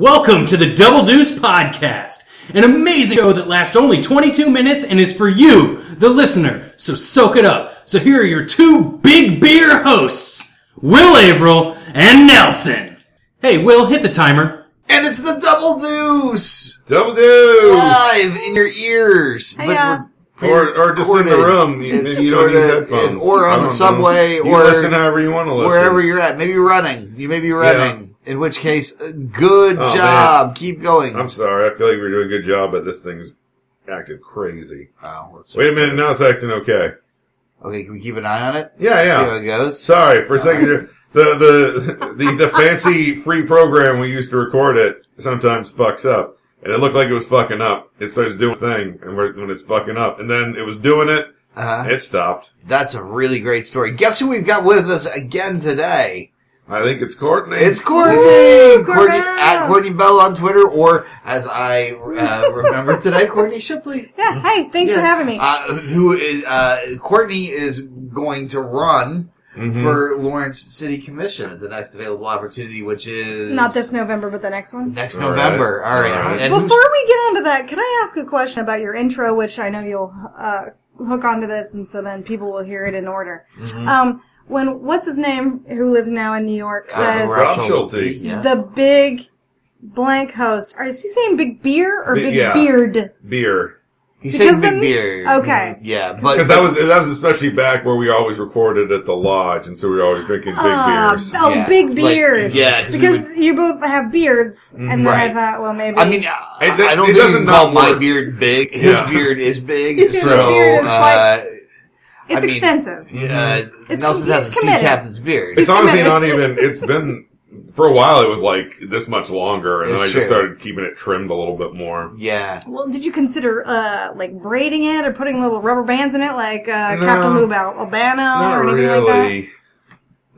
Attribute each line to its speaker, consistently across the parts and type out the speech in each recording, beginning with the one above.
Speaker 1: Welcome to the Double Deuce Podcast, an amazing show that lasts only 22 minutes and is for you, the listener. So soak it up. So here are your two big beer hosts, Will Averill and Nelson. Hey, Will, hit the timer.
Speaker 2: And it's the double deuce
Speaker 3: Double do
Speaker 2: live in your ears, but
Speaker 4: Hiya.
Speaker 3: or or just in the
Speaker 2: recorded.
Speaker 3: room. You,
Speaker 2: It's
Speaker 3: maybe you don't use
Speaker 2: sorta-
Speaker 3: headphones,
Speaker 2: it's- or on
Speaker 3: I
Speaker 2: the
Speaker 3: don't
Speaker 2: subway,
Speaker 3: know. You
Speaker 2: or
Speaker 3: listen however you want to Oh, listen.
Speaker 2: wherever you're at. Maybe running. You may be running. In which case, uh, good
Speaker 3: Oh,
Speaker 2: job. Keep going.
Speaker 3: I'm sorry, I feel like we're doing a good job, but this thing's acting crazy.
Speaker 2: Oh, let's-
Speaker 3: Wait a minute, now it's acting okay.
Speaker 2: Okay, can we keep an eye on it?
Speaker 3: Yeah,
Speaker 2: See how
Speaker 3: yeah.
Speaker 2: it goes.
Speaker 3: Sorry for a second. there. The the the the fancy free program we used to record it sometimes fucks up, and it looked like it was fucking up. It starts doing a thing, and we're- when it's fucking up, and then it was doing it,
Speaker 2: Uh-huh.
Speaker 3: it stopped.
Speaker 2: That's a really great story. Guess who we've got with us again today?
Speaker 3: I think it's Courtney.
Speaker 2: It's Courtney.
Speaker 4: Woo,
Speaker 2: Courtney
Speaker 4: Courtney!
Speaker 2: at Courtney Bell on Twitter, or as I uh, remember today, Courtney Shipley.
Speaker 4: Yeah, hi, thanks for
Speaker 2: Yeah.
Speaker 4: having me.
Speaker 2: Uh, who is uh, Courtney is going to run
Speaker 3: Mhm.
Speaker 2: for Lawrence City Commission at the next available opportunity, which is
Speaker 4: Not this November, but the next one.
Speaker 2: next
Speaker 3: All right.
Speaker 2: November. All right.
Speaker 3: All right.
Speaker 2: And who's-
Speaker 4: Before we get onto that, can I ask a question about your intro, which I know you'll uh, hook onto this, and so then people will hear it in order.
Speaker 2: Mm-hmm.
Speaker 4: Um, when what's his name, who lives now in New York, says
Speaker 3: Rob
Speaker 2: Uh, Rob
Speaker 3: Schulte.
Speaker 2: Schulte, yeah.
Speaker 4: the big blank host. Are is he saying big beer or
Speaker 3: Big-
Speaker 4: big
Speaker 3: yeah.
Speaker 4: beard?
Speaker 3: beer.
Speaker 2: He said
Speaker 4: because
Speaker 2: big
Speaker 4: the-
Speaker 2: beard.
Speaker 4: okay.
Speaker 2: Yeah, but
Speaker 3: Because that was that was especially back where we always recorded at the lodge, and so we were always drinking big
Speaker 4: Ah,
Speaker 3: beers.
Speaker 4: oh,
Speaker 2: Yeah.
Speaker 4: big
Speaker 2: Like,
Speaker 4: beers.
Speaker 2: yeah, 'cause we
Speaker 4: because you both have beards, and then I
Speaker 2: Right.
Speaker 4: thought, well, maybe.
Speaker 2: I mean, I,
Speaker 3: It- it-
Speaker 2: I don't
Speaker 3: it
Speaker 2: think you
Speaker 3: doesn't
Speaker 2: can call
Speaker 3: not
Speaker 2: my
Speaker 3: work.
Speaker 2: beard big. His
Speaker 3: Yeah.
Speaker 2: beard is big.
Speaker 4: His
Speaker 2: so,
Speaker 4: beard is
Speaker 2: uh,
Speaker 4: it's
Speaker 2: I mean-
Speaker 4: extensive.
Speaker 2: uh,
Speaker 4: It's
Speaker 2: Nelson
Speaker 4: com-
Speaker 2: has a
Speaker 4: he's
Speaker 2: sea
Speaker 4: committed.
Speaker 2: captain's beard.
Speaker 3: it's honestly
Speaker 4: committed.
Speaker 3: not even. It's been for a while. It was like this much longer, and then I
Speaker 2: It's
Speaker 3: just
Speaker 2: true.
Speaker 3: started keeping it trimmed a little bit more.
Speaker 2: yeah.
Speaker 4: Well, did you consider uh like braiding it or putting little rubber bands in it, like uh,
Speaker 3: No.
Speaker 4: Captain Lou Bal- Albano
Speaker 3: Not
Speaker 4: or anything like
Speaker 3: really.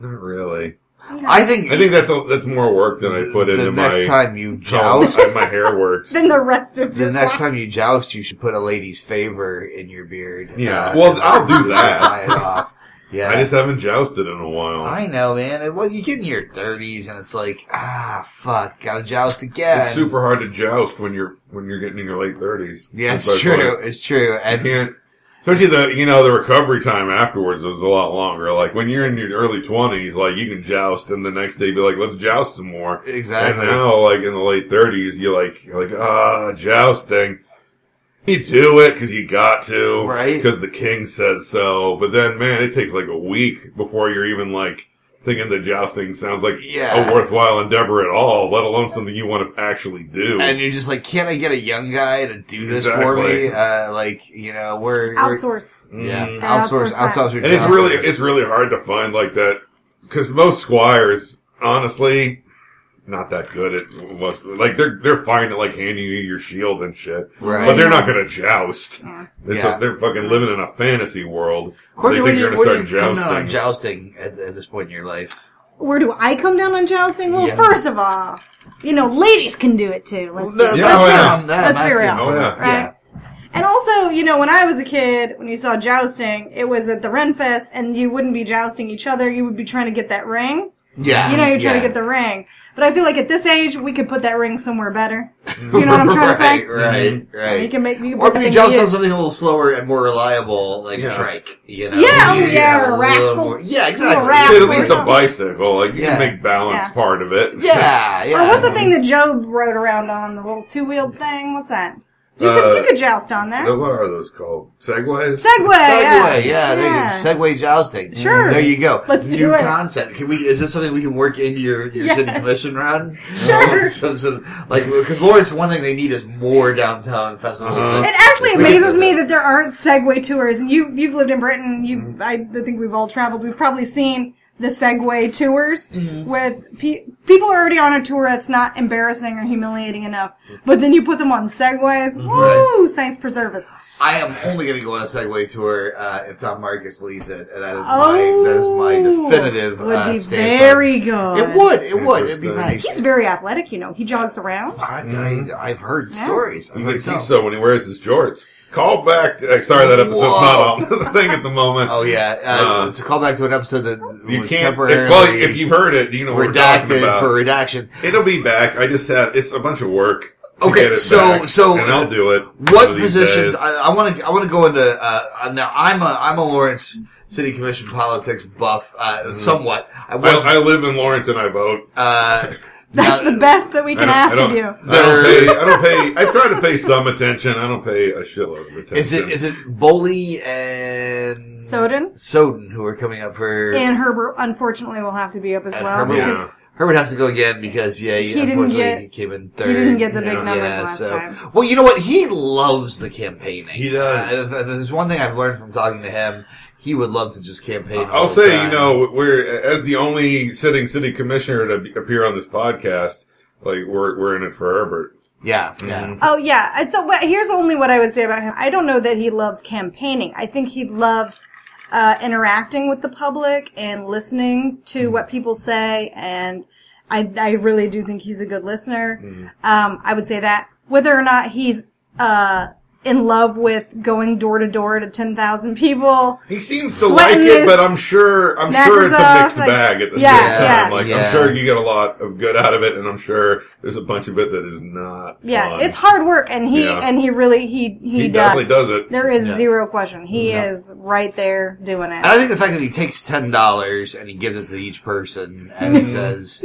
Speaker 3: Not really.
Speaker 4: that?
Speaker 2: I think
Speaker 3: I think that's a, that's more work than I put
Speaker 2: the
Speaker 3: into
Speaker 2: next
Speaker 3: my
Speaker 2: time you
Speaker 3: how
Speaker 2: joust,
Speaker 3: my hair works.
Speaker 4: Then the rest of
Speaker 2: the
Speaker 4: your
Speaker 2: next
Speaker 4: life-
Speaker 2: time you joust, you should put a lady's favor in your beard. Uh,
Speaker 3: Yeah. Well,
Speaker 2: and
Speaker 3: I'll do that.
Speaker 2: Tie it off. Yeah.
Speaker 3: I just haven't jousted in a while.
Speaker 2: I know, man. And, Well, you get in your thirties, and it's like, ah, fuck, gotta joust again.
Speaker 3: it's super hard to joust when you're when you're getting in your late thirties.
Speaker 2: yeah, it's true. It's true.
Speaker 3: I
Speaker 2: And
Speaker 3: can't. Especially the you know the recovery time afterwards is a lot longer. Like when you're in your early twenties, like you can joust, and the next day be like, let's joust some more. And uh,
Speaker 2: exactly.
Speaker 3: now, like in the late thirties, you like you're like ah jousting. You do it because you got to,
Speaker 2: Right.
Speaker 3: Because the king says so. But then, man, it takes like a week before you're even like thinking the jousting sounds like
Speaker 2: Yeah.
Speaker 3: a worthwhile endeavor at all, let alone something you want to actually do.
Speaker 2: And you're just like, can I get a young guy to do this for
Speaker 3: Exactly.
Speaker 2: me? Uh, like, you know, we're, we're-
Speaker 4: outsource.
Speaker 2: Yeah,
Speaker 3: Mhm.
Speaker 2: outsource,
Speaker 4: Outsource that.
Speaker 2: outsource. your
Speaker 3: And it's
Speaker 2: job.
Speaker 3: really it's really hard to find like that because most squires, honestly, not that good at most. Like they're they're fine at like handing you your shield and shit,
Speaker 2: right.
Speaker 3: but they're not going to joust.
Speaker 4: Yeah.
Speaker 3: It's
Speaker 2: Yeah.
Speaker 3: a, they're fucking living in a fantasy world.
Speaker 2: Courtney,
Speaker 3: they
Speaker 2: where
Speaker 3: think
Speaker 2: do
Speaker 3: you're
Speaker 2: you,
Speaker 3: going
Speaker 2: where
Speaker 3: to
Speaker 2: do you
Speaker 3: start
Speaker 2: come down on
Speaker 3: jousting.
Speaker 2: jousting at, at this point in your life?
Speaker 4: Where do I come down on jousting? Well,
Speaker 2: Yeah.
Speaker 4: first of all, you know, ladies can do it too. Let's
Speaker 2: No,
Speaker 4: be
Speaker 3: Yeah, oh, yeah.
Speaker 2: I'm- I'm
Speaker 4: Let's be
Speaker 2: asking
Speaker 4: real.
Speaker 2: for
Speaker 3: Oh,
Speaker 2: it.
Speaker 3: yeah.
Speaker 4: right. And also, you know, when I was a kid, when you saw jousting, it was at the Renfest, and you wouldn't be jousting each other. You would be trying to get that ring.
Speaker 2: Yeah.
Speaker 4: You know, you're trying
Speaker 2: yeah.
Speaker 4: to get the ring. But I feel like at this age, we could put that ring somewhere better. You know what I'm trying to say?
Speaker 2: Right, right.
Speaker 4: You can make you can
Speaker 2: or
Speaker 4: put
Speaker 2: maybe
Speaker 4: the
Speaker 2: joust
Speaker 4: thing
Speaker 2: on
Speaker 4: to use.
Speaker 2: something a little slower and more reliable, like
Speaker 3: Yeah.
Speaker 2: trike. You know?
Speaker 4: Yeah, oh,
Speaker 2: You
Speaker 4: yeah,
Speaker 2: have a
Speaker 4: or a
Speaker 2: little
Speaker 4: rascal.
Speaker 2: more- Yeah,
Speaker 4: Little
Speaker 2: exactly.
Speaker 4: rascal.
Speaker 3: Shit, at least a bicycle, like you
Speaker 2: Yeah.
Speaker 3: can make balance
Speaker 4: Yeah.
Speaker 3: part of it.
Speaker 2: Yeah, yeah.
Speaker 4: Or what's the thing that Job rode around on? The little two wheeled thing? What's that? You could,
Speaker 3: Uh,
Speaker 4: you could joust on that.
Speaker 3: What are those called? Segways.
Speaker 4: Segway!
Speaker 2: Segway, yeah,
Speaker 4: yeah.
Speaker 2: there you go. Segway jousting. Mm-hmm.
Speaker 4: Sure.
Speaker 2: There you go.
Speaker 4: Let's
Speaker 2: New
Speaker 4: do it.
Speaker 2: concept. Can we? Is this something we can work into your, your city
Speaker 4: Yes.
Speaker 2: commission round?
Speaker 4: Sure.
Speaker 2: Some sort of- like, because Lawrence, one thing they need is more downtown festivals.
Speaker 3: Uh-huh.
Speaker 2: that-
Speaker 4: It actually
Speaker 2: that-
Speaker 4: amazes me that there aren't Segway tours. And you, you've lived in Britain.
Speaker 2: Mm-hmm.
Speaker 4: You, I think we've all traveled. We've probably seen the Segway tours
Speaker 2: Mm-hmm.
Speaker 4: with pe- people are already on a tour that's not embarrassing or humiliating enough. But then you put them on Segways.
Speaker 2: Mm-hmm.
Speaker 4: Woo! Saints preserve us.
Speaker 2: I am only going to go on a Segway tour uh, if Tom Marcus leads it, and that is
Speaker 4: Oh,
Speaker 2: my that is my definitive
Speaker 4: Would
Speaker 2: uh,
Speaker 4: be
Speaker 2: stance.
Speaker 4: very
Speaker 2: on-
Speaker 4: good.
Speaker 2: it would, it would, it'd be
Speaker 3: Interesting.
Speaker 2: nice.
Speaker 4: He's very athletic, you know. He jogs around.
Speaker 2: I, I, I've heard stories. I've
Speaker 3: Mm-hmm. You
Speaker 2: heard
Speaker 3: can see
Speaker 2: tell.
Speaker 3: so when he wears his jorts. Call back. To, uh, sorry, that episode's
Speaker 2: Whoa.
Speaker 3: not on the thing at the moment.
Speaker 2: Oh yeah, uh,
Speaker 3: Uh,
Speaker 2: it's a callback to an episode that
Speaker 3: You you
Speaker 2: was
Speaker 3: can't. If,
Speaker 2: temporarily
Speaker 3: well, if you've heard it, you know what we're talking
Speaker 2: redacted
Speaker 3: about.
Speaker 2: for redaction.
Speaker 3: It'll be back. I just have. It's a bunch of work. to
Speaker 2: Okay,
Speaker 3: get it
Speaker 2: so-
Speaker 3: back,
Speaker 2: so,
Speaker 3: and I'll do it. one
Speaker 2: What
Speaker 3: of these
Speaker 2: positions?
Speaker 3: days.
Speaker 2: I want to. I want to go into. Uh, uh, now, I'm a I'm a Lawrence City Commission politics buff, uh, somewhat. I was.
Speaker 3: I, I live in Lawrence and Mm-hmm. I vote.
Speaker 2: uh,
Speaker 4: That's
Speaker 2: now-
Speaker 4: the best that we
Speaker 3: I
Speaker 4: can
Speaker 3: don't-
Speaker 4: ask
Speaker 3: I don't,
Speaker 4: of you.
Speaker 3: I don't pay. I don't pay. I try to pay some attention. I don't pay a shitload of attention.
Speaker 2: Is it is it Boley and
Speaker 4: Soden
Speaker 2: Soden who are coming up for
Speaker 4: and Herbert, unfortunately, will have to be up as
Speaker 2: and
Speaker 4: well
Speaker 2: Herbert?
Speaker 4: because
Speaker 2: Herbert has to go again because yeah, he,
Speaker 4: He didn't
Speaker 2: unfortunately
Speaker 4: get-
Speaker 2: he came in
Speaker 4: he
Speaker 2: third.
Speaker 4: didn't get the big
Speaker 3: Yeah.
Speaker 4: numbers last time.
Speaker 2: Well, you know what? He loves the campaigning.
Speaker 3: He does.
Speaker 2: Uh, if- if there's one thing I've learned from talking to him. He would love to just campaign. all
Speaker 3: I'll
Speaker 2: the
Speaker 3: say,
Speaker 2: time.
Speaker 3: you know, we're as the only sitting city commissioner to be- appear on this podcast. Like we're we're in it for Herbert.
Speaker 2: yeah,
Speaker 3: Mm-hmm.
Speaker 2: yeah.
Speaker 4: Oh yeah. And so but here's only what I would say about him. I don't know that he loves campaigning. I think he loves uh, interacting with the public and listening to
Speaker 3: Mm-hmm.
Speaker 4: what people say. And I, I really do think he's a good listener.
Speaker 3: Mm-hmm.
Speaker 4: Um, I would say that whether or not he's uh, in love with going door to door to ten thousand people.
Speaker 3: He seems to
Speaker 4: Sweating
Speaker 3: like it,
Speaker 4: his
Speaker 3: but I'm sure I'm sure it's a
Speaker 4: knackers
Speaker 3: mixed
Speaker 4: off, like-
Speaker 3: bag at the
Speaker 4: Yeah,
Speaker 3: same time.
Speaker 4: yeah.
Speaker 3: Like
Speaker 2: Yeah.
Speaker 3: I'm sure you get a lot of good out of it, and I'm sure there's a bunch of it that is not.
Speaker 4: Yeah,
Speaker 3: fun.
Speaker 4: it's hard work, and he
Speaker 3: Yeah.
Speaker 4: and he really he he,
Speaker 3: He, definitely does it.
Speaker 4: There is
Speaker 2: Yeah.
Speaker 4: zero question. He is right there doing
Speaker 2: And I
Speaker 4: it.
Speaker 2: think the fact that he takes ten dollars and he gives it to each person and he says,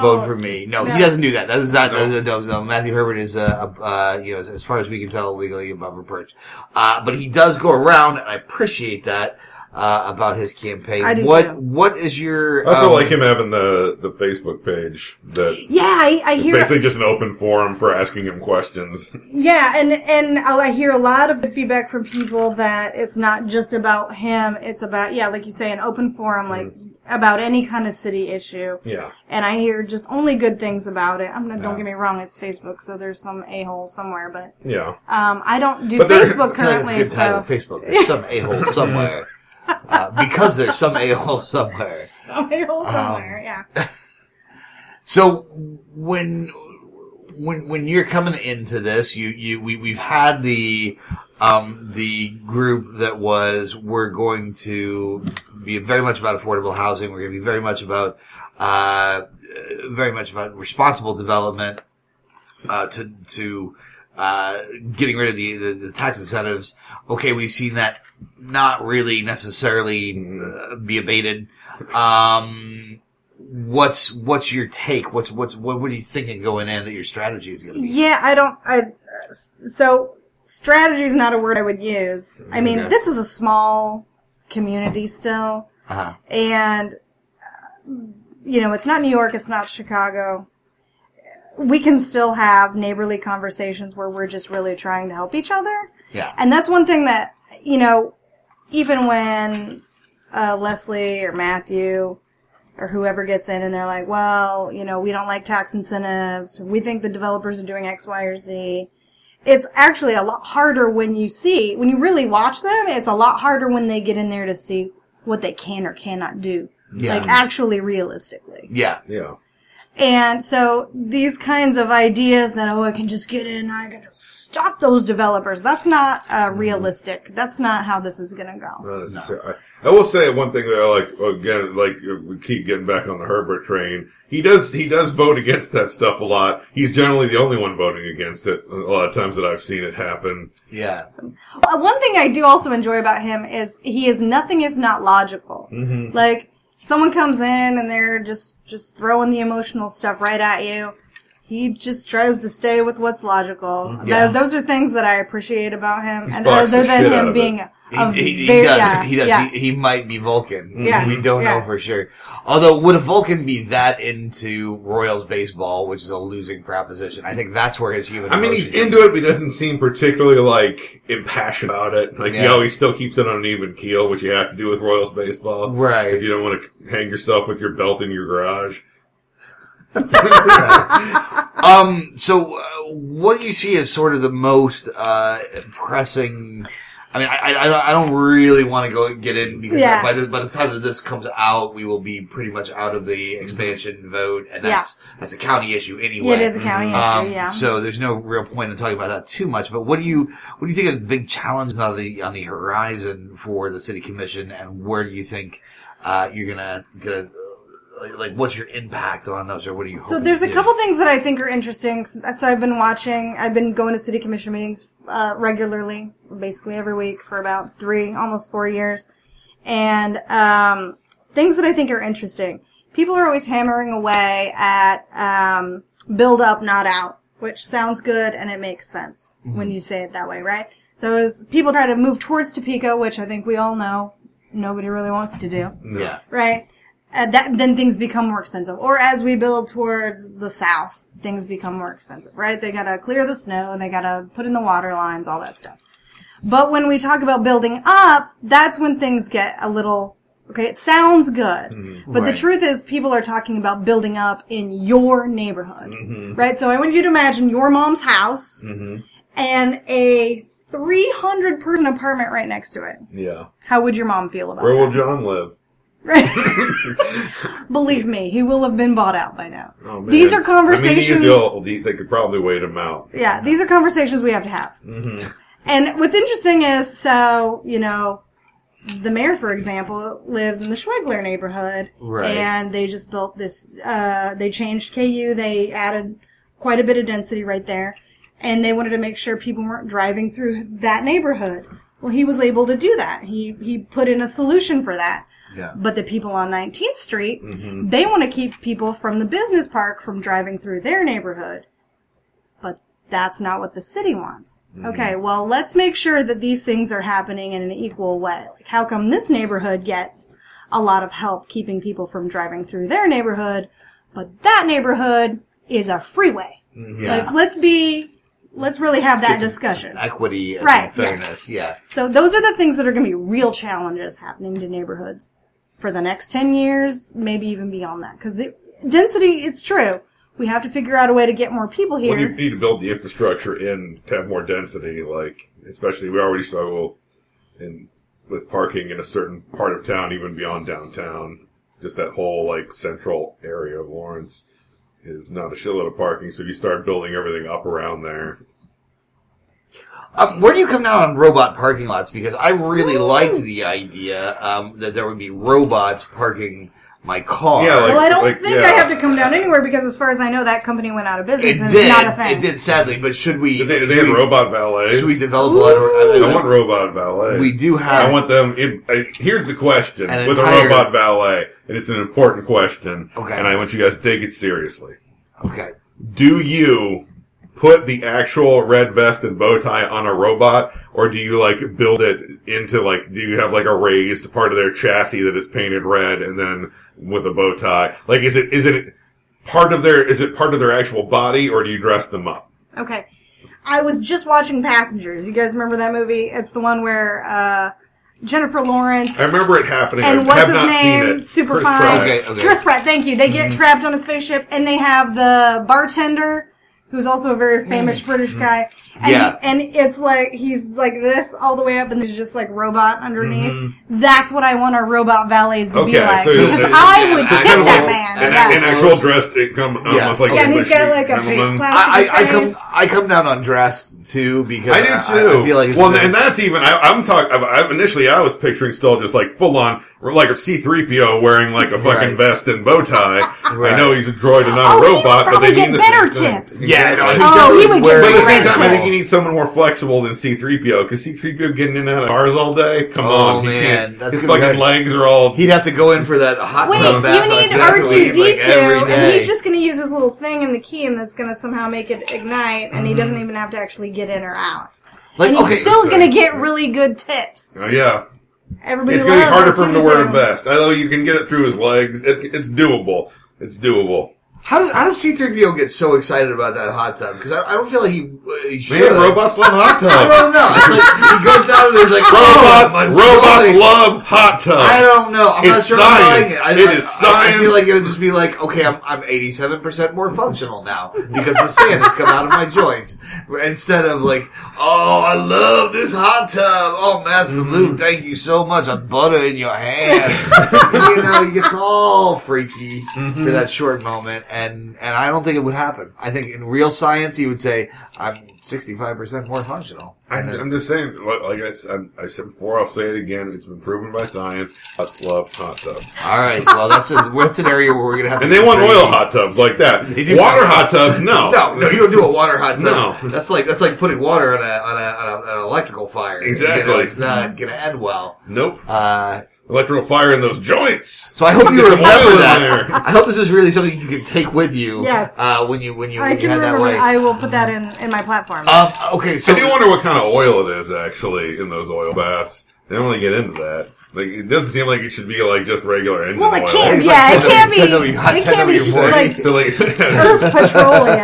Speaker 2: "Vote for me." No,
Speaker 4: No.
Speaker 2: he doesn't do that. That is not.
Speaker 3: No.
Speaker 2: No. No, no. Matthew Herbert is a, a uh, you know, as, as far as we can tell, legally above reproach. Uh, but he does go around, and I appreciate that uh, about his campaign.
Speaker 4: I do
Speaker 2: what
Speaker 4: too.
Speaker 2: What is your
Speaker 3: I also
Speaker 2: um,
Speaker 3: like him having the the Facebook page that
Speaker 4: Yeah, I, I
Speaker 3: is
Speaker 4: hear.
Speaker 3: basically just an open forum for asking him questions.
Speaker 4: Yeah, and and I'll- I hear a lot of feedback from people that it's not just about him. It's about yeah, like you say, an open forum, like about any kind of city issue.
Speaker 3: Mm-hmm. Yeah.
Speaker 4: And I hear just only good things about it. I'm not, don't
Speaker 2: Yeah.
Speaker 4: get me wrong, it's Facebook, so there's some a hole somewhere, but
Speaker 3: Yeah.
Speaker 4: um, I don't do
Speaker 3: But there-
Speaker 4: Facebook
Speaker 2: I feel like it's a good
Speaker 4: currently,
Speaker 2: title,
Speaker 4: so
Speaker 2: Facebook. There's some a hole somewhere. Uh, because there's some a hole somewhere.
Speaker 4: some a
Speaker 3: Um,
Speaker 4: hole somewhere. yeah.
Speaker 2: So when when when you're coming into this, you you we we've had the um the group that was we're going to be very much about affordable housing. We're going to be very much about uh very much about responsible development uh, to to uh, getting rid of the, the, the tax incentives. Okay, we've seen that not really necessarily uh, be abated. Um, what's what's your take? What's what's what were you thinking going in that your strategy is going to be?
Speaker 4: Yeah, I don't. I so strategy is not a word I would use. I mean,
Speaker 2: Okay.
Speaker 4: this is a small community still,
Speaker 2: Uh-huh.
Speaker 4: and uh, you know, it's not New York, it's not Chicago. We can still have neighborly conversations where we're just really trying to help each other.
Speaker 2: Yeah.
Speaker 4: And that's one thing that, you know, even when uh, Leslie or Matthew or whoever gets in and they're like, well, you know, we don't like tax incentives. We think the developers are doing X, Y, or Z. It's actually a lot harder when you see, when you really watch them, it's a lot harder when they get in there to see what they can or cannot do.
Speaker 2: Yeah.
Speaker 4: Like actually realistically.
Speaker 2: Yeah.
Speaker 3: Yeah.
Speaker 4: And so these kinds of ideas that, oh, I can just get in, I can just stop those developers. That's not
Speaker 2: Mm-hmm.
Speaker 4: uh, realistic. That's not how this is going to go.
Speaker 3: Not necessarily. I, I will say one thing that I like again, like if we keep getting back on the Herbert train. He does he does vote against that stuff a lot. He's generally the only one voting against it a lot of times that I've seen it happen.
Speaker 2: Yeah.
Speaker 4: Uh, One thing I do also enjoy about him is he is nothing if not logical.
Speaker 2: Mm-hmm.
Speaker 4: Like someone comes in and they're just, just throwing the emotional stuff right at you. He just tries to stay with what's logical.
Speaker 2: Mm-hmm. Yeah.
Speaker 4: Th- those are things that I appreciate about him. and
Speaker 3: sparks the
Speaker 4: other than
Speaker 3: shit out
Speaker 4: him
Speaker 3: of it.
Speaker 4: being a, a
Speaker 2: He, he,
Speaker 4: very-
Speaker 2: does.
Speaker 4: yeah,
Speaker 2: he does.
Speaker 4: yeah.
Speaker 2: He, he might be Vulcan.
Speaker 4: Yeah.
Speaker 2: We don't
Speaker 4: Yeah.
Speaker 2: know for sure. Although, would a Vulcan be that into Royals baseball, which is a losing proposition? I think that's where his human.
Speaker 3: I mean, he's
Speaker 2: emotion-
Speaker 3: into it, but he doesn't seem particularly like impassioned about it. Like he
Speaker 2: Yeah.
Speaker 3: always still keeps it on an even keel, which you have to do with Royals baseball,
Speaker 2: Right.
Speaker 3: If you don't want to hang yourself with your belt in your garage.
Speaker 2: Um. So, uh, what do you see as sort of the most uh, pressing? I mean, I, I- I, don't- I don't really want to go get in because
Speaker 4: Yeah.
Speaker 2: by, the, by the time that this comes out, we will be pretty much out of the expansion vote, and that's that's a county issue anyway.
Speaker 4: It is a county
Speaker 2: Um,
Speaker 4: issue, yeah.
Speaker 2: So there's no real point in talking about that too much. But what do you what do you think are the big challenges on the on the horizon for the city commission, and where do you think uh, you're gonna gonna uh, like- like what's your impact on those or what are you?
Speaker 4: So
Speaker 2: hoping
Speaker 4: there's
Speaker 2: to
Speaker 4: a
Speaker 2: do?
Speaker 4: couple things that I think are interesting. S- So I've been watching. I've been going to city commission meetings uh, regularly, basically every week for about three, almost four years, and um, things that I think are interesting. People are always hammering away at um, build up, not out, which sounds good and it makes sense
Speaker 2: Mm-hmm.
Speaker 4: when you say it that way, right? So as people try to move towards Topeka, which I think we all know nobody really wants to do
Speaker 2: Yeah.
Speaker 4: right? Uh, that then things become more expensive. Or as we build towards the south, things become more expensive, right? They gotta clear the snow and they gotta put in the water lines, all that stuff. But when we talk about building up, that's when things get a little okay. It sounds good, but
Speaker 2: Right.
Speaker 4: the truth is, people are talking about building up in your neighborhood, right? So I want you to imagine your mom's house and a 300 person apartment right next to it.
Speaker 3: Yeah.
Speaker 4: How would your mom feel about it?
Speaker 3: Where will John live?
Speaker 4: Right. Believe me, he will have been bought out by now.
Speaker 3: Oh, man.
Speaker 4: These are
Speaker 3: I mean,
Speaker 4: conversations.
Speaker 3: he is old. He- they could probably wait him out.
Speaker 4: yeah, these are conversations we have to have.
Speaker 3: Mm-hmm.
Speaker 4: And what's interesting is, so you know, the mayor, for example, lives in the Schwegler neighborhood,
Speaker 2: Right.
Speaker 4: and they just built this. Uh, they changed KU. They added quite a bit of density right there, and they wanted to make sure people weren't driving through that neighborhood. Well, he was able to do that. He he put in a solution for that.
Speaker 2: Yeah.
Speaker 4: But the people on 19th Street, they want to keep people from the business park from driving through their neighborhood. But that's not what the city wants. Okay, well, let's make sure that these things are happening in an equal way. Like, how come this neighborhood gets a lot of help keeping people from driving through their neighborhood, but that neighborhood is a freeway?
Speaker 2: Yeah.
Speaker 4: Like, let's be, let's really have that
Speaker 2: It's- it's
Speaker 4: discussion.
Speaker 2: Equity and
Speaker 4: Right,
Speaker 2: fairness. Yeah.
Speaker 4: So those are the things that are going to be real challenges happening to neighborhoods for the next 10 years, maybe even beyond that. Because the density, it's true. We have to figure out a way to get more people
Speaker 3: Well, you
Speaker 4: here.
Speaker 3: need to build the infrastructure in to have more density. Like, especially we already struggle in with parking in a certain part of town, even beyond downtown. Just that whole like central area of Lawrence is not a shitload of parking. So if you start building everything up around there,
Speaker 2: Um, where do you come down on robot parking lots? Because I really liked the idea um, that there would be robots parking my car.
Speaker 3: Yeah, like-
Speaker 4: well, I don't
Speaker 3: like,
Speaker 4: think
Speaker 3: yeah.
Speaker 4: I have to come down anywhere because as far as I know, that company went out of business
Speaker 2: it
Speaker 4: and
Speaker 2: did.
Speaker 4: it's not a thing.
Speaker 2: It did, sadly. But should we?
Speaker 3: Did they, did they
Speaker 2: should
Speaker 3: have
Speaker 2: we,
Speaker 3: robot valets.
Speaker 2: should we develop a lot
Speaker 3: I
Speaker 2: of? I- I-
Speaker 3: want robot valets.
Speaker 2: we do have.
Speaker 3: I want them. It, I, here's the question
Speaker 2: An
Speaker 3: with
Speaker 2: entire-
Speaker 3: a robot valet, and it's an important question.
Speaker 2: Okay.
Speaker 3: And I want you guys to take it seriously.
Speaker 2: okay.
Speaker 3: Do you put the actual red vest and bow tie on a robot, or do you like build it into like? Do you have like a raised part of their chassis that is painted red, and then with a bow tie? Like, is it is it part of their is it part of their actual body, or do you dress them up?
Speaker 4: Okay. I was just watching Passengers. You guys remember that movie? It's the one where uh, Jennifer Lawrence
Speaker 3: I remember it happening. I
Speaker 4: and what's
Speaker 3: have
Speaker 4: his
Speaker 3: not
Speaker 4: name?
Speaker 3: seen it. Chris
Speaker 4: Superfly.
Speaker 3: Pratt.
Speaker 2: Okay, okay.
Speaker 4: Chris Pratt, thank you. They get trapped on a spaceship and they have the bartender who's also a very famous British guy. And,
Speaker 2: Yeah.
Speaker 4: and it's like he's like this all the way up and there's just like robot underneath. That's what I want our robot valets to be
Speaker 3: Okay,
Speaker 4: like.
Speaker 3: so it's-
Speaker 4: because
Speaker 3: it's-
Speaker 4: I would
Speaker 2: it's
Speaker 4: tip
Speaker 2: kind of
Speaker 4: that
Speaker 2: a-
Speaker 4: man.
Speaker 3: An,
Speaker 4: Yeah.
Speaker 3: an actual dressed income,
Speaker 2: Yeah.
Speaker 3: almost like
Speaker 4: Yeah, and he's
Speaker 3: English
Speaker 4: got, like, a
Speaker 3: gentleman.
Speaker 4: flat-
Speaker 2: I, I, I come.
Speaker 4: Face.
Speaker 2: I come down on dress too because
Speaker 3: I do too.
Speaker 2: I, feel like it's
Speaker 3: well,
Speaker 2: a bit-
Speaker 3: and that's even. I, I'm talking. I, I, initially, I was picturing still just like full on, like a C-3PO wearing like a fucking
Speaker 2: Right.
Speaker 3: vest and bow tie.
Speaker 2: Right.
Speaker 3: I know he's a droid and not
Speaker 4: Oh,
Speaker 3: a
Speaker 4: he would
Speaker 3: robot, but
Speaker 4: probably
Speaker 3: they
Speaker 4: get
Speaker 3: mean the
Speaker 4: better
Speaker 3: same thing.
Speaker 4: tips.
Speaker 2: yeah. No, I think
Speaker 4: Oh,
Speaker 2: definitely
Speaker 4: he would get
Speaker 2: wears
Speaker 3: But at the same
Speaker 4: Great
Speaker 3: time, I think you
Speaker 2: tools.
Speaker 3: need someone more flexible than C-3PO because C-3PO getting in and out of cars all day. Come
Speaker 2: Oh,
Speaker 3: on, he
Speaker 2: man,
Speaker 3: can't.
Speaker 2: that's
Speaker 3: his
Speaker 2: gonna be
Speaker 3: fucking
Speaker 2: hard.
Speaker 3: legs are all.
Speaker 2: He'd have to go in for that hot
Speaker 4: Wait,
Speaker 2: tub bath.
Speaker 4: you need
Speaker 2: like,
Speaker 4: R
Speaker 2: that's what he-
Speaker 4: two D
Speaker 2: like,
Speaker 4: two,
Speaker 2: every
Speaker 4: and he's
Speaker 2: day.
Speaker 4: just going to use his little thing in the key, and that's going to somehow make it ignite, and he doesn't even have to actually get in or out.
Speaker 2: Like,
Speaker 4: and he's
Speaker 2: okay,
Speaker 4: still
Speaker 2: sorry.
Speaker 4: going to get really good tips.
Speaker 3: Oh, yeah.
Speaker 4: Everybody
Speaker 3: It's going to be
Speaker 4: loves
Speaker 3: harder for him to wear a
Speaker 4: R2D2.
Speaker 3: vest. Although you can get it through his legs. It, it's doable. It's doable.
Speaker 2: How does how does C-3PO get so excited about that hot tub? Because I, I don't feel like he, he
Speaker 3: Man,
Speaker 2: should.
Speaker 3: robots love hot
Speaker 2: I
Speaker 3: tubs.
Speaker 2: don't know. It's like he goes down and there's like oh,
Speaker 3: robots,
Speaker 2: my
Speaker 3: robots
Speaker 2: God.
Speaker 3: love hot tubs.
Speaker 2: I don't know. I'm not
Speaker 3: Oh. It's
Speaker 2: sure. I'm buying
Speaker 3: science.
Speaker 2: it. I,
Speaker 3: It
Speaker 2: I-
Speaker 3: is
Speaker 2: I, I feel
Speaker 3: science.
Speaker 2: like it would just be like, okay, I'm I'm 87 percent more functional now because the sand has come out of my joints instead of like, oh, I love this hot tub. Oh, Master
Speaker 3: Mm-hmm.
Speaker 2: Luke, thank you so much. I butter in your hand. you know, he gets all freaky
Speaker 3: Mm-hmm.
Speaker 2: for that short moment, and and I don't think it would happen. I think in real science, he would say, I'm 65% more functional.
Speaker 3: I'm,
Speaker 2: And
Speaker 3: I'm just saying, like like I, s- I'm- I said before, I'll say it again. It's been proven by science. Huts love hot tubs,
Speaker 2: All right. Well, that's just what's an area where we're gonna have to.
Speaker 3: and they
Speaker 2: get
Speaker 3: want
Speaker 2: crazy.
Speaker 3: oil hot tubs like that.
Speaker 2: They do.
Speaker 3: Water hot tubs, no,
Speaker 2: No, no, you don't do a water hot tub.
Speaker 3: Oh. No.
Speaker 2: That's like that's like putting water on a on, a, on, a, on an electrical fire. You know,
Speaker 3: Exactly.
Speaker 2: it's not gonna end well.
Speaker 3: nope.
Speaker 2: Uh,
Speaker 3: Electrical fire in those joints.
Speaker 2: so I hope
Speaker 3: Get
Speaker 2: you
Speaker 3: some
Speaker 2: remember
Speaker 3: oil in
Speaker 2: that.
Speaker 3: there.
Speaker 2: I hope this is really something you can take with you.
Speaker 4: Yes.
Speaker 2: Uh, when you when you,
Speaker 4: I
Speaker 2: when you
Speaker 4: can
Speaker 2: head that
Speaker 4: remember.
Speaker 2: way.
Speaker 4: I will put that in in my platform.
Speaker 2: um, okay. So
Speaker 3: I do wonder what kind of oil it is actually in those oil baths. They don't really get into that. Like it doesn't seem like it should be like just regular engine
Speaker 4: well, it
Speaker 3: oil.
Speaker 4: can't.
Speaker 2: It's
Speaker 4: Yeah,
Speaker 2: like
Speaker 4: it can't be.
Speaker 2: 10W hot
Speaker 4: It can't be
Speaker 2: 10W
Speaker 4: like
Speaker 3: So, like,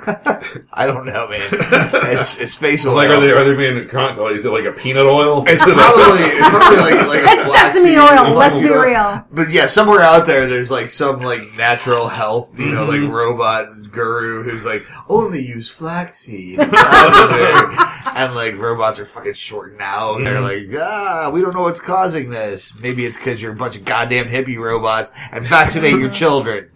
Speaker 4: Earth petroleum.
Speaker 2: I don't know, man. It's, it's space oil.
Speaker 3: like are they are they being con- like, is it like a peanut oil?
Speaker 2: It's probably, it's probably like, like a
Speaker 4: It's sesame
Speaker 2: flaxseed-
Speaker 4: oil. Let's be
Speaker 2: flaxseed oil.
Speaker 4: real.
Speaker 2: But yeah, somewhere out there, there's like some like natural health, you know, like robot guru who's like only use flaxseed, and like robots are fucking shorting out. And they're like, ah, we don't know what's causing this. Maybe it's because you're a bunch of goddamn hippie robots and vaccinate your children.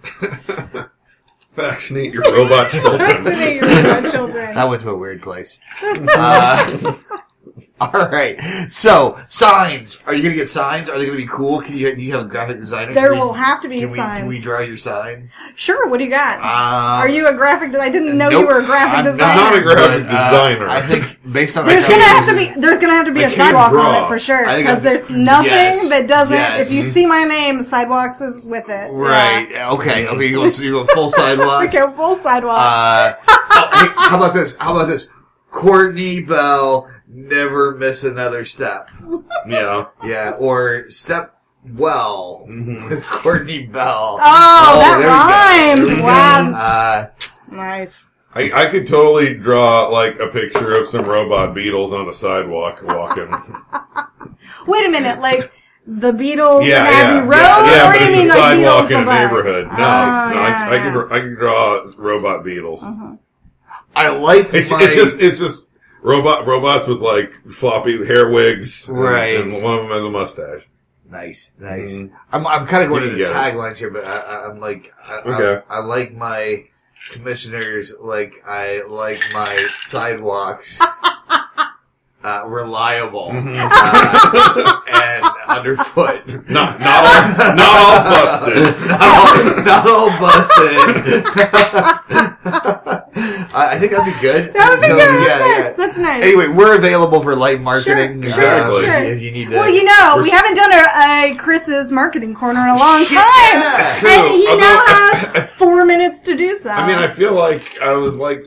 Speaker 3: Vaccinate your robot children.
Speaker 4: Vaccinate your robot children.
Speaker 2: That went to a weird place. Uh, all right, so signs. Are you gonna get signs? Are they gonna be cool? Can you, do you have a graphic designer?
Speaker 4: There
Speaker 2: Can we-
Speaker 4: will have to be
Speaker 2: can we, Can
Speaker 4: signs.
Speaker 2: we draw your sign?
Speaker 4: Sure. What do you got?
Speaker 2: Uh,
Speaker 4: Are you a graphic? de- I didn't know
Speaker 2: Nope.
Speaker 4: you were a graphic
Speaker 2: I'm
Speaker 4: designer.
Speaker 3: not a gra- graphic
Speaker 2: uh,
Speaker 3: designer.
Speaker 2: I think based on
Speaker 4: there's
Speaker 2: our
Speaker 4: gonna have to
Speaker 2: conversations-
Speaker 4: be there's gonna have to be
Speaker 3: I
Speaker 4: a
Speaker 3: can't
Speaker 4: sidewalk on
Speaker 3: draw.
Speaker 4: it for sure
Speaker 2: I think
Speaker 4: because
Speaker 2: that's-
Speaker 4: there's nothing
Speaker 2: yes,
Speaker 4: that doesn't.
Speaker 2: yes.
Speaker 4: If you see my name, sidewalks is with it.
Speaker 2: right. Okay. Okay. You go. So you go full
Speaker 4: Yeah.
Speaker 2: sidewalks.
Speaker 4: Okay, full sidewalk.
Speaker 2: Uh, oh, hey, how about this? How about this? Courtney Bell never miss another step.
Speaker 3: yeah.
Speaker 2: Yeah. Or step well with Courtney Bell.
Speaker 4: oh,
Speaker 2: there we
Speaker 4: that
Speaker 2: go.
Speaker 4: rhymes!
Speaker 2: Uh,
Speaker 4: Wow, nice.
Speaker 3: I, I could totally draw like a picture of some robot beetles on a sidewalk walking.
Speaker 4: Wait a minute, like the Beatles
Speaker 3: yeah,
Speaker 4: and Abbey
Speaker 3: yeah,
Speaker 4: Road,
Speaker 3: yeah, yeah.
Speaker 4: or
Speaker 3: But
Speaker 4: do you
Speaker 3: it's
Speaker 4: mean
Speaker 3: a
Speaker 4: like
Speaker 3: sidewalk
Speaker 4: Beatles
Speaker 3: in
Speaker 4: the
Speaker 3: a
Speaker 4: bus?
Speaker 3: neighborhood. No,
Speaker 4: Oh,
Speaker 3: it's not.
Speaker 4: yeah,
Speaker 3: I, can
Speaker 4: yeah. Uh-huh.
Speaker 3: I can draw robot beetles.
Speaker 2: I like
Speaker 3: It's,
Speaker 2: my.
Speaker 3: it's just it's just robot robots with like floppy hair wigs, and-
Speaker 2: Right.
Speaker 3: And, one of them has a mustache.
Speaker 2: Nice, nice.
Speaker 3: Mhm.
Speaker 2: I'm, I'm kind of going
Speaker 3: You
Speaker 2: into
Speaker 3: can get it.
Speaker 2: taglines here, but I, I, I'm like, I,
Speaker 3: Okay.
Speaker 2: I, I like my commissioners, like I like my sidewalks uh, reliable
Speaker 3: Mm-hmm.
Speaker 2: uh, and underfoot.
Speaker 3: Not not all, not all busted.
Speaker 2: Not all, not all busted. I, I think that'd be good.
Speaker 4: That would be
Speaker 2: So,
Speaker 4: good. That's
Speaker 2: yeah,
Speaker 4: nice.
Speaker 2: yeah.
Speaker 4: That's nice.
Speaker 2: Anyway, we're available for light marketing.
Speaker 4: Sure,
Speaker 3: sure,
Speaker 2: if
Speaker 3: sure.
Speaker 2: you- If you need to.
Speaker 4: Well, you know,
Speaker 3: We're
Speaker 4: we
Speaker 3: s-
Speaker 4: haven't done a, a Chris's marketing corner in a long
Speaker 2: Shit,
Speaker 4: time,
Speaker 2: yeah.
Speaker 4: and he
Speaker 3: True.
Speaker 4: now
Speaker 3: Although-
Speaker 4: has four minutes to do so.
Speaker 3: I mean,
Speaker 2: Um,
Speaker 3: I feel like I was like,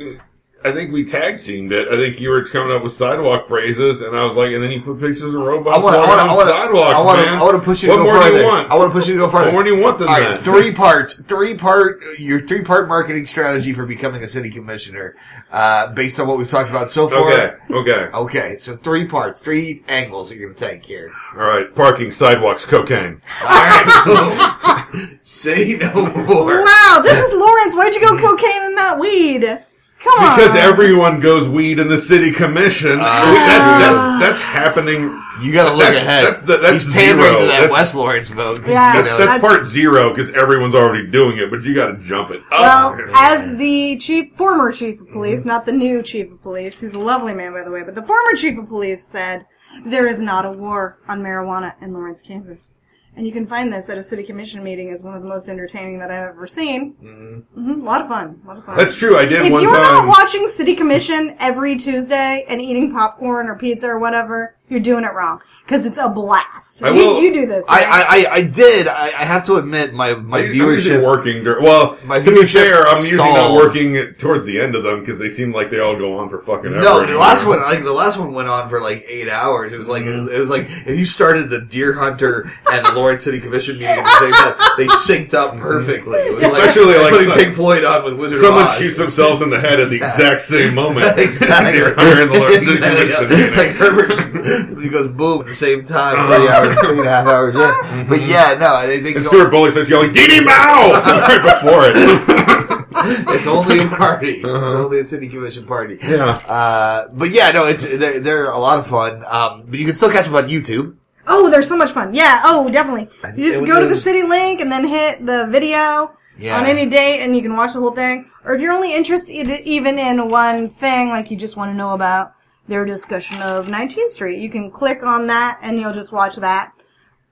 Speaker 3: I think we tag teamed it. I think you were coming up with sidewalk phrases, and I was like, and then you put pictures of robots
Speaker 2: I want, I
Speaker 3: walking
Speaker 2: want, I
Speaker 3: on
Speaker 2: want,
Speaker 3: sidewalks,
Speaker 2: I want,
Speaker 3: man.
Speaker 2: I want to push you to
Speaker 3: what
Speaker 2: go
Speaker 3: more
Speaker 2: further.
Speaker 3: do you want?
Speaker 2: I want to push you to go further.
Speaker 3: What more do you want than
Speaker 2: All right,
Speaker 3: that?
Speaker 2: three parts, three part, your three part marketing strategy for becoming a city commissioner, uh, based on what we've talked about so far.
Speaker 3: Okay, okay,
Speaker 2: Okay, so three parts, three angles that you're gonna take here.
Speaker 3: all right. Parking, sidewalks, cocaine.
Speaker 2: All right, boom. say no more.
Speaker 4: wow, this is Lawrence. Why'd you go cocaine and not weed? Come on,
Speaker 3: Because everyone goes weed in the city commission.
Speaker 2: Ah.
Speaker 3: that's, that's that's happening.
Speaker 2: You gotta look
Speaker 3: That's-
Speaker 2: ahead.
Speaker 3: that's the- that's
Speaker 2: He's pandering
Speaker 3: zero.
Speaker 2: to that
Speaker 3: That's-
Speaker 2: West Lawrence vote. 'cause,
Speaker 4: Yeah.
Speaker 2: you
Speaker 3: That's,
Speaker 2: know,
Speaker 3: that's part zero because everyone's already doing it, but you got to jump it up.
Speaker 4: Well, as the chief, former chief of police, not the new chief of police, who's a lovely man by the way, but the former chief of police said, "There is not a war on marijuana in Lawrence, Kansas." And you can find this at a city commission meeting is one of the most entertaining that I've ever seen.
Speaker 3: Mm-hmm.
Speaker 4: hmm A lot of fun. A lot of fun.
Speaker 3: that's true. I did
Speaker 4: if
Speaker 3: one
Speaker 4: you're
Speaker 3: time.
Speaker 4: not watching City Commission every Tuesday and eating popcorn or pizza or whatever, you're doing it wrong because it's a blast.
Speaker 3: I
Speaker 4: you,
Speaker 3: will-
Speaker 4: you do this.
Speaker 2: I,
Speaker 4: right?
Speaker 2: I, I, I did. I, I have to admit, my my
Speaker 3: I'm usually
Speaker 2: viewership.
Speaker 3: working. Dur- well,
Speaker 2: My
Speaker 3: to be
Speaker 2: viewership
Speaker 3: fair, I'm usually not
Speaker 2: stalled.
Speaker 3: working towards the end of them because they seem like they all go on for fucking ever.
Speaker 2: No, the
Speaker 3: anymore.
Speaker 2: last one, like the last one, went on for like eight hours. It was like
Speaker 3: Mm.
Speaker 2: it was like if you started the Deer Hunter and the Lawrence City Commission meeting at the same time, they synced up perfectly. It was
Speaker 3: Especially,
Speaker 2: like,
Speaker 3: like,
Speaker 2: putting
Speaker 3: some-
Speaker 2: Pink Floyd on with Wizard
Speaker 3: Someone
Speaker 2: of Oz.
Speaker 3: shoots themselves in the head at the exact same moment.
Speaker 2: exactly.
Speaker 3: They're hiring the Lawrence City
Speaker 2: Exactly.
Speaker 3: Commission meeting.
Speaker 2: Like Herbert, he goes boom at the same time, three hours, three and a half hours in. But yeah, no, they, they
Speaker 3: And
Speaker 2: go-
Speaker 3: Stuart Bullock starts yelling, "Dee Dee Mao!" right before it.
Speaker 2: it's only a party. It's only a city commission party.
Speaker 3: Uh-huh. Yeah.
Speaker 2: Uh, but yeah, no, it's they're, they're a lot of fun. Um, but you can still catch them on YouTube.
Speaker 4: Oh, they're so much fun. Yeah. Oh, definitely. You
Speaker 2: it
Speaker 4: just
Speaker 2: was-
Speaker 4: go to
Speaker 2: it
Speaker 4: the
Speaker 2: was-
Speaker 4: city link and then hit the video.
Speaker 2: Yeah.
Speaker 4: on any date, and you can watch the whole thing. Or if you're only interested even in one thing, like you just want to know about their discussion of 19th Street, you can click on that, and you'll just watch that.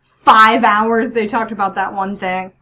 Speaker 4: Five hours they talked about that one thing.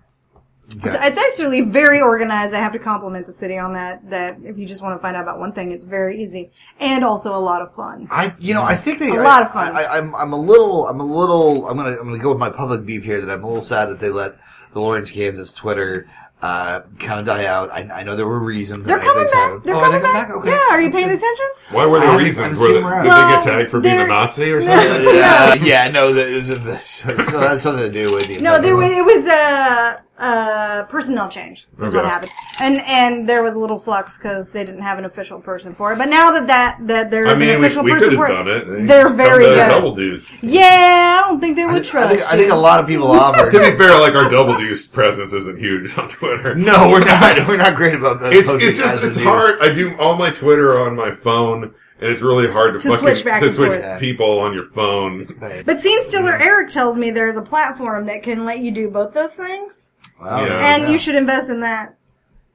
Speaker 4: So it's actually very organized. I have to compliment the city on that. That if you just want to find out about one thing, it's very easy and also a lot of fun.
Speaker 2: I, you know, I think they
Speaker 4: A
Speaker 2: I-
Speaker 4: lot of fun.
Speaker 2: I, I, I'm, I'm a little, I'm a little, I'm gonna, I'm gonna go with my public beef here that I'm a little sad that they let the Lawrence, Kansas Twitter uh, kind of die out. I, I know there were reasons.
Speaker 4: They're
Speaker 2: and I think
Speaker 4: coming
Speaker 2: so.
Speaker 4: back. They're
Speaker 2: Oh, are
Speaker 4: coming
Speaker 2: they coming
Speaker 4: back.
Speaker 2: back? Okay.
Speaker 4: Yeah. Are you
Speaker 2: That's
Speaker 4: paying
Speaker 2: good.
Speaker 4: attention?
Speaker 3: Why were
Speaker 2: I
Speaker 3: there
Speaker 2: haven't- I
Speaker 3: reasons?
Speaker 2: haven't
Speaker 3: Were
Speaker 2: seen
Speaker 3: they,
Speaker 2: them around.
Speaker 3: did they get
Speaker 4: Well,
Speaker 3: tagged for being a
Speaker 4: they're-
Speaker 3: Nazi or
Speaker 4: No.
Speaker 3: something?
Speaker 2: yeah, yeah, no, that is, that's- so that has something to do with the
Speaker 4: No, there was it was a, a personnel change. That's what
Speaker 3: Okay.
Speaker 4: happened, and and there was a little flux because they didn't have an official person for it. But now that that that there
Speaker 3: I
Speaker 4: is
Speaker 3: mean,
Speaker 4: an
Speaker 3: we,
Speaker 4: official
Speaker 3: we could
Speaker 4: person
Speaker 3: have
Speaker 4: for it,
Speaker 3: done it.
Speaker 4: they're
Speaker 3: Come
Speaker 4: very
Speaker 3: to
Speaker 4: good.
Speaker 3: Double dues.
Speaker 4: yeah, I don't think they
Speaker 2: I
Speaker 4: would
Speaker 2: think, I
Speaker 4: trust.
Speaker 2: think, I
Speaker 4: you.
Speaker 2: think a lot of people
Speaker 3: To
Speaker 2: offered.
Speaker 3: be fair, like our double deuce presence isn't huge on Twitter.
Speaker 2: no, we're not. We're not great about that.
Speaker 3: It's it's just it's hard. I do all my Twitter on my phone, and it's really hard to,
Speaker 4: To
Speaker 3: fucking
Speaker 4: switch back
Speaker 3: to
Speaker 4: and
Speaker 3: switch
Speaker 4: forth.
Speaker 3: people on your phone.
Speaker 4: But Scene Stiller Eric tells me there's a platform that can let you do both those things,
Speaker 3: Oh, Yeah.
Speaker 4: and you should invest in that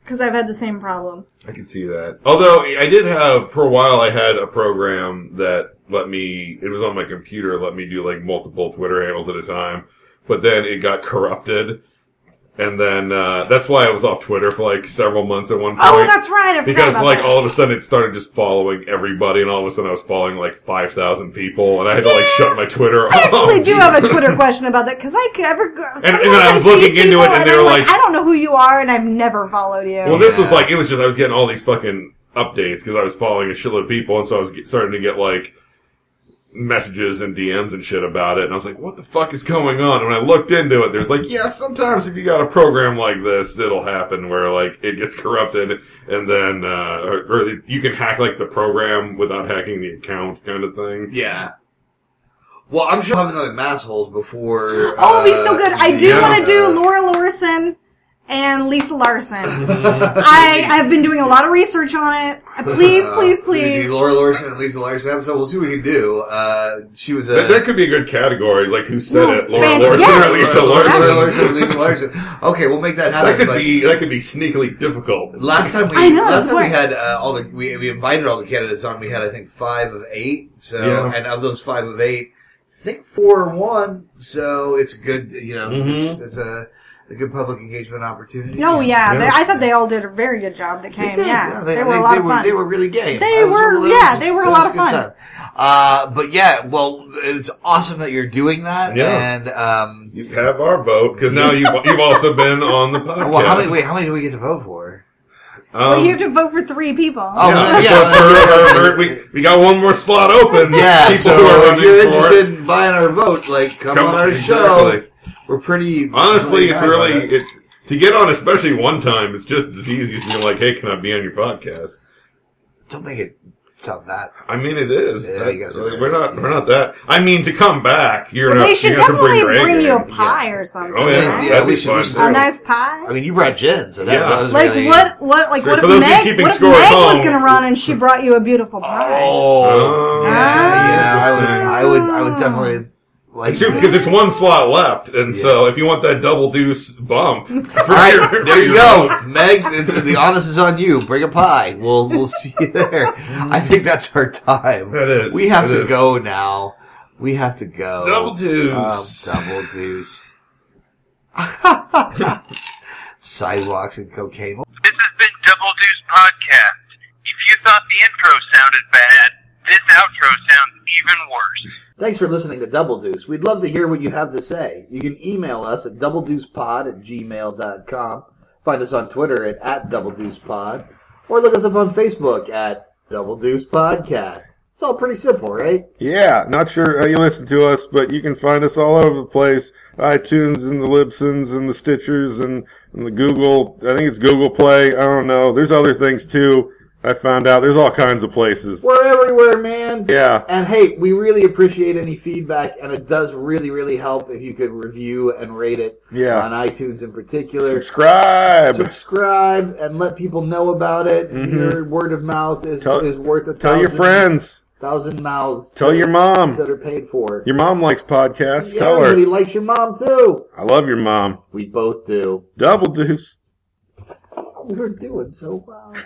Speaker 4: because I've had the same problem.
Speaker 3: I can see that. Although I did have for a while, I had a program that let me. It was on my computer, let me do like multiple Twitter handles at a time. But then it got corrupted, and then uh, that's why I was off Twitter for like several months at one point.
Speaker 4: Oh, that's right. I forgot
Speaker 3: Because
Speaker 4: about
Speaker 3: like
Speaker 4: that.
Speaker 3: all of a sudden it started just following everybody, and all of a sudden I was following like five thousand people, and I had to like shut my Twitter
Speaker 4: I
Speaker 3: off.
Speaker 4: actually do have a Twitter question about that because I ever sometimes
Speaker 3: Oh, and then I was
Speaker 4: see
Speaker 3: looking into
Speaker 4: people
Speaker 3: it, and they
Speaker 4: I'm
Speaker 3: were like-
Speaker 4: I don't know who you are and I've never followed you.
Speaker 3: Well, this was
Speaker 2: Yeah.
Speaker 3: like it was just I was getting all these fucking updates because I was following a shitload of people, and so I was get, starting to get like messages and DMs and shit about it. And I was like, "What the fuck is going on?" And when I looked into it, there's like, "Yeah, sometimes if you got a program like this, it'll happen where like it gets corrupted, and then uh, or, or you can hack like the program without hacking the account, kind of thing."
Speaker 2: Yeah. Well, I'm sure I'll have another mass holes before. uh,
Speaker 4: Oh, it'd be so good. I do
Speaker 3: uh, yeah.
Speaker 4: want to do Laura Larson and Lisa Larson.
Speaker 3: Mm-hmm.
Speaker 4: I I've been doing a lot of research on it. Please, please, please.
Speaker 2: The uh, Laura Larson and Lisa Larson episode. We'll see what we can do. Uh, she was a.
Speaker 3: That, that could be a good category, like who said
Speaker 4: No,
Speaker 3: it, Laura
Speaker 4: fant-
Speaker 3: Larson or
Speaker 4: yes!
Speaker 3: Lisa
Speaker 2: Laura
Speaker 3: Larson.
Speaker 2: Larson and Lisa Larson. Okay, we'll make that happen.
Speaker 3: That could
Speaker 2: but
Speaker 3: be that could be sneakily difficult.
Speaker 2: Last time we,
Speaker 4: I know,
Speaker 2: last time
Speaker 4: swear.
Speaker 2: we had uh, all the we, we invited all the candidates on. We had I think five of eight. So
Speaker 3: Yeah.
Speaker 2: and of those five of eight, I think four won. So it's good. You know,
Speaker 3: Mm-hmm.
Speaker 2: it's, it's a, a good public engagement opportunity.
Speaker 4: No, Oh, yeah,
Speaker 3: Yeah.
Speaker 4: they, I thought they all did a very good job. That came,
Speaker 2: did,
Speaker 4: yeah,
Speaker 2: no,
Speaker 4: they, were a lot of fun.
Speaker 2: They were really game.
Speaker 4: They
Speaker 2: I was
Speaker 4: were-
Speaker 2: all- that
Speaker 4: yeah, they were a
Speaker 2: that was
Speaker 4: lot of
Speaker 2: good
Speaker 4: fun.
Speaker 2: time. Uh, but yeah, well, it's awesome that you're doing that.
Speaker 3: Yeah.
Speaker 2: And um,
Speaker 3: You have our vote because now you you've also been on the podcast.
Speaker 2: well, how many? Wait, how many do we get to vote for?
Speaker 3: Um,
Speaker 4: but you have to vote for three people.
Speaker 2: Oh,
Speaker 3: yeah,
Speaker 2: yeah,
Speaker 3: so it's
Speaker 2: yeah.
Speaker 3: her- her- her- we, we got one more slot open.
Speaker 2: Yeah,
Speaker 3: people
Speaker 2: so
Speaker 3: who are
Speaker 2: if you're
Speaker 3: running for
Speaker 2: interested
Speaker 3: it.
Speaker 2: in buying our vote, like come,
Speaker 3: Come
Speaker 2: on
Speaker 3: on,
Speaker 2: our show.
Speaker 3: exactly.
Speaker 2: We're pretty.
Speaker 3: Honestly, it's
Speaker 2: high
Speaker 3: really
Speaker 2: on it.
Speaker 3: it, to get on, especially one time. It's just as easy as being like, "Hey, can I be on your podcast?"
Speaker 2: don't make it sound that.
Speaker 3: I mean, it is.
Speaker 2: Yeah,
Speaker 3: That-
Speaker 2: you guys are
Speaker 3: we're
Speaker 2: nice,
Speaker 3: not.
Speaker 2: yeah.
Speaker 3: We're not that. I mean, to come back, you're
Speaker 4: But
Speaker 3: not.
Speaker 4: they should
Speaker 3: you have to
Speaker 4: definitely bring, Oh,
Speaker 3: Greg
Speaker 4: you a
Speaker 3: in.
Speaker 4: pie or something.
Speaker 3: Oh yeah,
Speaker 4: right?
Speaker 2: Yeah,
Speaker 3: that'd
Speaker 2: we
Speaker 3: be
Speaker 2: should- we
Speaker 3: fun.
Speaker 2: should-
Speaker 4: a nice pie.
Speaker 2: I mean, you brought gin, so that,
Speaker 3: Yeah.
Speaker 2: that was
Speaker 4: like
Speaker 2: really,
Speaker 4: what? What? Like
Speaker 3: For
Speaker 4: what if
Speaker 3: those who's
Speaker 4: Meg?
Speaker 3: keeping
Speaker 4: What if
Speaker 3: score at
Speaker 4: Meg was
Speaker 3: home-
Speaker 4: gonna run and she brought you a beautiful pie?
Speaker 2: Oh,
Speaker 3: Oh.
Speaker 2: yeah, yeah, I
Speaker 3: Interesting.
Speaker 2: would,
Speaker 4: Ah.
Speaker 2: I would, I would definitely like.
Speaker 3: It's true because it's one slot left, and so if you want that double deuce bump, for
Speaker 2: All right,
Speaker 3: your-
Speaker 2: there you
Speaker 3: your
Speaker 2: go,
Speaker 3: votes.
Speaker 2: Meg. it's- The honest is on you. Bring a pie. We'll we'll see you there. I think that's our time.
Speaker 3: That is.
Speaker 2: We have
Speaker 3: It
Speaker 2: to
Speaker 3: is.
Speaker 2: go now. We have to go.
Speaker 3: Double deuce.
Speaker 2: Um, double deuce. Sidewalks and cocaine.
Speaker 5: This has been Double Deuce Podcast. If you thought the intro sounded bad, this outro sounds even worse.
Speaker 6: Thanks for listening to Double Deuce. We'd love to hear what you have to say. You can email us at doubledeucepod at gmail.com. Find us on Twitter at, at doubledeucepod. Or look us up on Facebook at Double Deuce Podcast. It's all pretty simple, right?
Speaker 3: Yeah, not sure how you listen to us, but you can find us all over the place. iTunes and the Libsyns and the Stitchers and, and the Google. I think it's Google Play. I don't know. There's other things too. I found out. There's all kinds of places.
Speaker 6: We're everywhere, man.
Speaker 3: Yeah.
Speaker 6: And hey, we really appreciate any feedback, and it does really, really help if you could review and rate it
Speaker 3: Yeah.
Speaker 6: on iTunes in particular.
Speaker 3: Subscribe.
Speaker 6: Subscribe and let people know about it. Your word of mouth is,
Speaker 3: Mm-hmm. Tell-
Speaker 6: is worth a
Speaker 3: Tell your
Speaker 6: thousand-
Speaker 3: friends.
Speaker 6: thousand mouths
Speaker 3: Tell your mom.
Speaker 6: that are paid for.
Speaker 3: Your mom likes podcasts.
Speaker 6: Yeah,
Speaker 3: Tell her.
Speaker 6: everybody likes your mom too.
Speaker 3: I love your mom.
Speaker 6: We both do.
Speaker 3: Double deuce.
Speaker 2: thought we were doing so well.